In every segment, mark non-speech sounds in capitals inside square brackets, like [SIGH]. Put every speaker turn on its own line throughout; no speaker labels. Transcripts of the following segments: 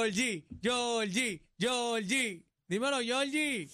Georgie, Georgie, Georgie. Dímelo, Georgie.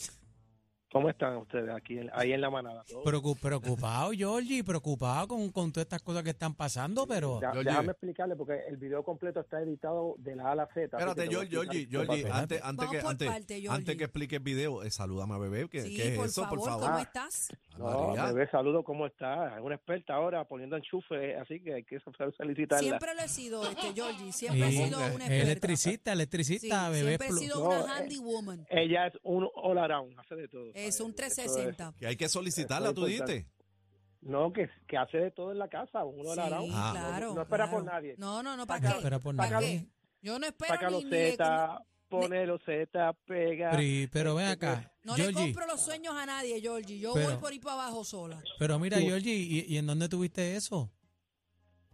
¿Cómo están ustedes aquí en- ahí en la manada? ¿Todo bien?
Preocu- preocupado, Georgie, preocupado con, con todas estas cosas que están pasando, pero.
Ya-
Georgie.
déjame explicarle porque el video completo está editado de la A a la Z. así que
Espérate,
te voy a
Georgie, Georgie,
explicar qué
Georgie,
pasa.
antes, antes,
Vamos
que,
por
antes,
parte, Georgie.
antes que explique el video, eh, salúdame a bebé. ¿Qué,
Sí,
qué es
por
eso,
favor,
por favor?
¿cómo estás?
Ah, No,
María.
bebé, saludo, ¿cómo estás? Es una experta ahora poniendo enchufe, así que hay que [LAUGHS] felicitarla.
Siempre lo he sido, este, Georgie. Siempre
Sí, eh,
he sido una experta.
electricista,
Sí,
electricista, bebé.
siempre he
plu-
sido
No, eh,
una handy woman.
Ella es un all around, hace de todo.
Es
¿sabes?
un
Eso es-
360.
Que hay que solicitarla,
Eso es
tú dijiste.
importante. no, que, que hace de todo en la casa, un all
Sí,
around.
Ah.
claro.
No- no espera por
claro.
nadie.
No, no, no, ¿para
Saca-
qué?
Pero por
¿Para
nada.
qué? Yo no espero
Saca
ni,
los
ni le-
Z, pone los Z, pega.
Pri- Pero ven acá,
no le
Georgie.
compro los sueños a nadie, Georgie. Yo
Pero-
voy por ir para abajo sola.
Pero mira, Georgie, ¿y, y en dónde tuviste eso?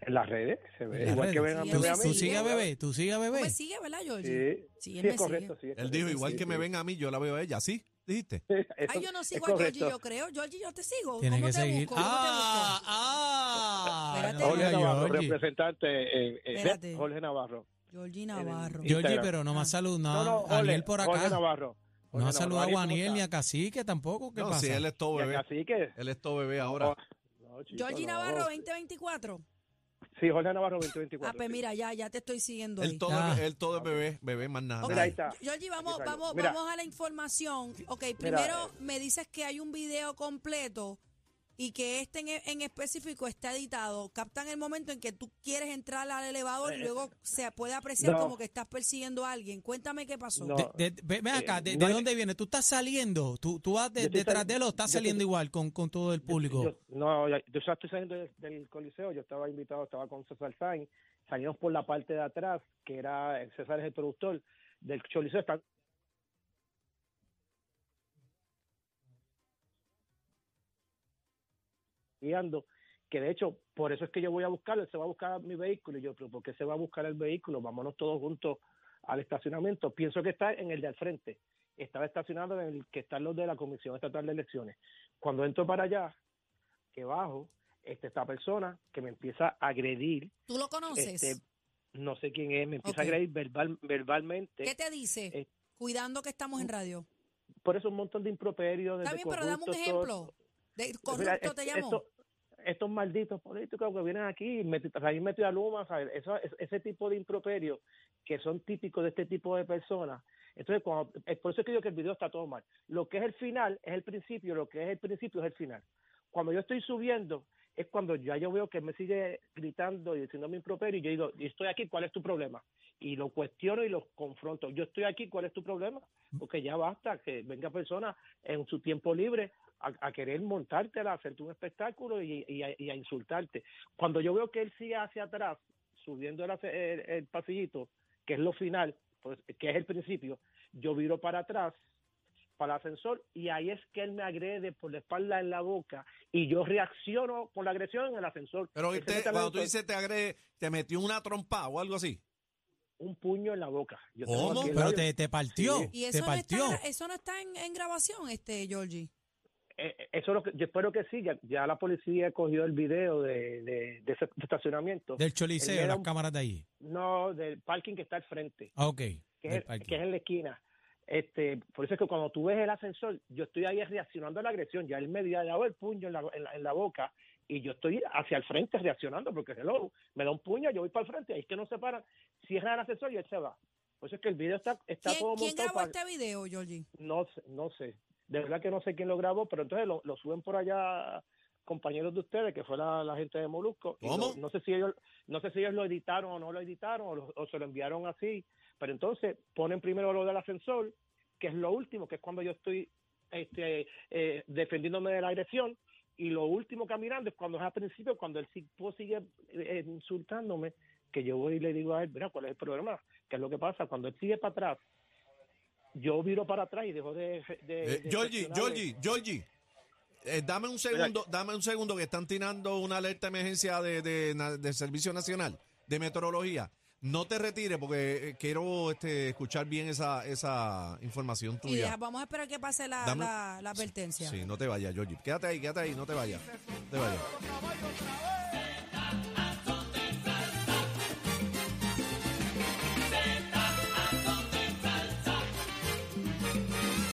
En las redes, se ve.
En las
Igual que
redes.
ven a
Sí,
¿Tú,
bebé a
sí,
tú
mí.
sí,
sigue a bebé, tú sigue a
¿Tú
bebé.
me sigues, verdad, Georgie?
Sí,
Sí,
sí,
él me
es correcto. Sí, es
Él dijo,
correcto,
igual
sí,
que me
sí.
ven a mí, yo la veo a ella. ¿Sí? ¿Dijiste?
Eso
Ay, yo no
es
sigo a Georgie,
correcto.
yo creo. Georgie, yo te sigo.
Tiene
¿Cómo
que
te
seguir.
busco? ¿Cómo te
Ah,
busco?
ah.
Espérate.
no,
Jorge
mira,
Navarro,
Georgie.
representante eh, eh,
Espérate.
Rep. Jorge Navarro.
Georgie Navarro.
Yo-
Georgie,
Instagram.
pero no me ha
Ah.
saludado
No, no,
a
Jorge,
Aniel por
Jorge
acá.
Navarro.
No ha
Jorge Navarro,
saludado a
¿cómo
Aniel ni
está?
a Cacique tampoco. ¿Qué
No,
pasa?
si él es todo
Y
bebé.
acá sí que-
Él es todo bebé ahora.
no, chico,
Georgie
no.
Navarro, 2024.
Sí, Jorge Navarro,
Ah,
2024.
pues mira, ya, ya te estoy siguiendo ahí.
Él todo,
Ah.
es- él todo es bebé, bebé más nada.
Ok,
Mira, ahí está.
Georgie, vamos,
Aquí salió.
vamos,
Mira. eh.
vamos a la información. Ok, primero me dices que hay un video completo y que este en, en específico está editado. Captan el momento en que tú quieres entrar al elevador y luego se puede apreciar
Eh, No.
como que estás persiguiendo a alguien. Cuéntame qué pasó.
No.
De- de- ve- ven acá, ¿de,
Eh,
de
no hay-
dónde viene? ¿Tú estás saliendo? ¿Tú, tú vas de-
Yo estoy
detrás
sali-
de él o estás
yo estoy-
saliendo igual con, con todo el público?
Yo- no, ya- yo ya estoy saliendo del, del coliseo. Yo estaba invitado, estaba con César Sainz. Salimos por la parte de atrás, que era eh, César es el productor del coliseo. Están guiando. Que de hecho, por eso es que yo voy a buscarlo. Él se va a buscar mi vehículo. Y yo, pero ¿por qué se va a buscar el vehículo? Vámonos todos juntos al estacionamiento. Pienso que está en el de al frente. Estaba estacionado en el que están los de la Comisión Estatal de Elecciones. Cuando entro para allá, que bajo, este, esta persona que me empieza a agredir,
¿Tú lo conoces?
este, no sé quién es, me empieza
Ok.
a agredir verbal, verbalmente.
¿Qué te dice?
eh,
Cuidando que estamos en radio.
Por eso un montón de improperios.
Está
desde
bien, pero dame un
corruptos, todo-
ejemplo. De,
Mira,
corrupto te
es-
llamó.
esto- estos malditos políticos que vienen aquí, meti- ahí metió a Luma, ¿sabes? Eso- es- ese tipo de improperios que son típicos de este tipo de personas. Entonces, cuando, es por eso es que digo que el video está todo mal. Lo que es el final es el principio, lo que es el principio es el final. Cuando yo estoy subiendo, es cuando ya yo veo que me sigue gritando y diciéndome improperio, y yo digo, "Yo estoy aquí, ¿cuál es tu problema? Y lo cuestiono y los confronto. Yo estoy aquí, ¿cuál es tu problema? Porque ya basta que venga personas en su tiempo libre a, a querer montártela, a hacerte un espectáculo y, y a, y a insultarte. Cuando yo veo que él sigue hacia atrás, subiendo el, ace- el- el pasillito, que es lo final, pues, que es el principio, yo viro para atrás, para el ascensor, y ahí es que él me agrede por la espalda en la boca, y yo reacciono con la agresión en el ascensor.
Pero
Él se
usted,
mete al
cuando tú
ascensor,
dices te agregue, te metió una trompa o algo así.
un puño en la boca. Yo tengo
¿Cómo?
aquí el
Pero
audio.
te, te partió,
Sí.
Y
te
eso no,
partió.
está, eso no está en, en grabación, este, Georgie.
Eh, eh, eso es lo que, yo espero que sí, ya, ya la policía cogió el video de, de- de ese estacionamiento.
Del
Él
choliseo,
era
las
un-
cámaras de allí.
No, del parking que está al frente.
Ah, ok.
que
del
es,
parking.
que es en la esquina. Este, por eso es que cuando tú ves el ascensor, yo estoy ahí reaccionando a la agresión, ya él me había dado el puño en la, en la- en la boca y yo estoy hacia el frente reaccionando porque hello, me da un puño, yo voy para el frente, ahí es que no se paran, cierra el ascensor y él se va. Por eso es que el video está, está
¿Quién,
todo
quién
montado
grabó
para-
este video, Georgie?
no, sé- no sé, de verdad que no sé quién lo grabó, pero entonces lo, lo suben por allá compañeros de ustedes, que fue la, la gente de Molusco. y
¿Cómo?
lo- no, sé si ellos, no sé si ellos lo editaron o no lo editaron, o, lo- o se lo enviaron así, pero entonces ponen primero lo del ascensor, que es lo último, que es cuando yo estoy este, eh, defendiéndome de la agresión, y lo último caminando es cuando es al principio, cuando el tipo sigue eh, insultándome, que yo voy y le digo a él, mira, ¿cuál es el problema? ¿Qué es lo que pasa? Cuando él sigue para atrás, yo viro para atrás y dejo de... de-
Eh,
de
Georgie,
presionarle.
Georgie, Georgie. eh, dame un segundo, dame un segundo que están tirando una alerta de emergencia de, de na- de Servicio Nacional de Meteorología. No te retires porque eh, quiero este, escuchar bien esa, esa información
Y deja-
tuya.
vamos a esperar que pase la,
Dame-
la, la advertencia.
Sí, no te vayas, Georgie. Quédate ahí, quédate ahí, no te vayas. No te vayas.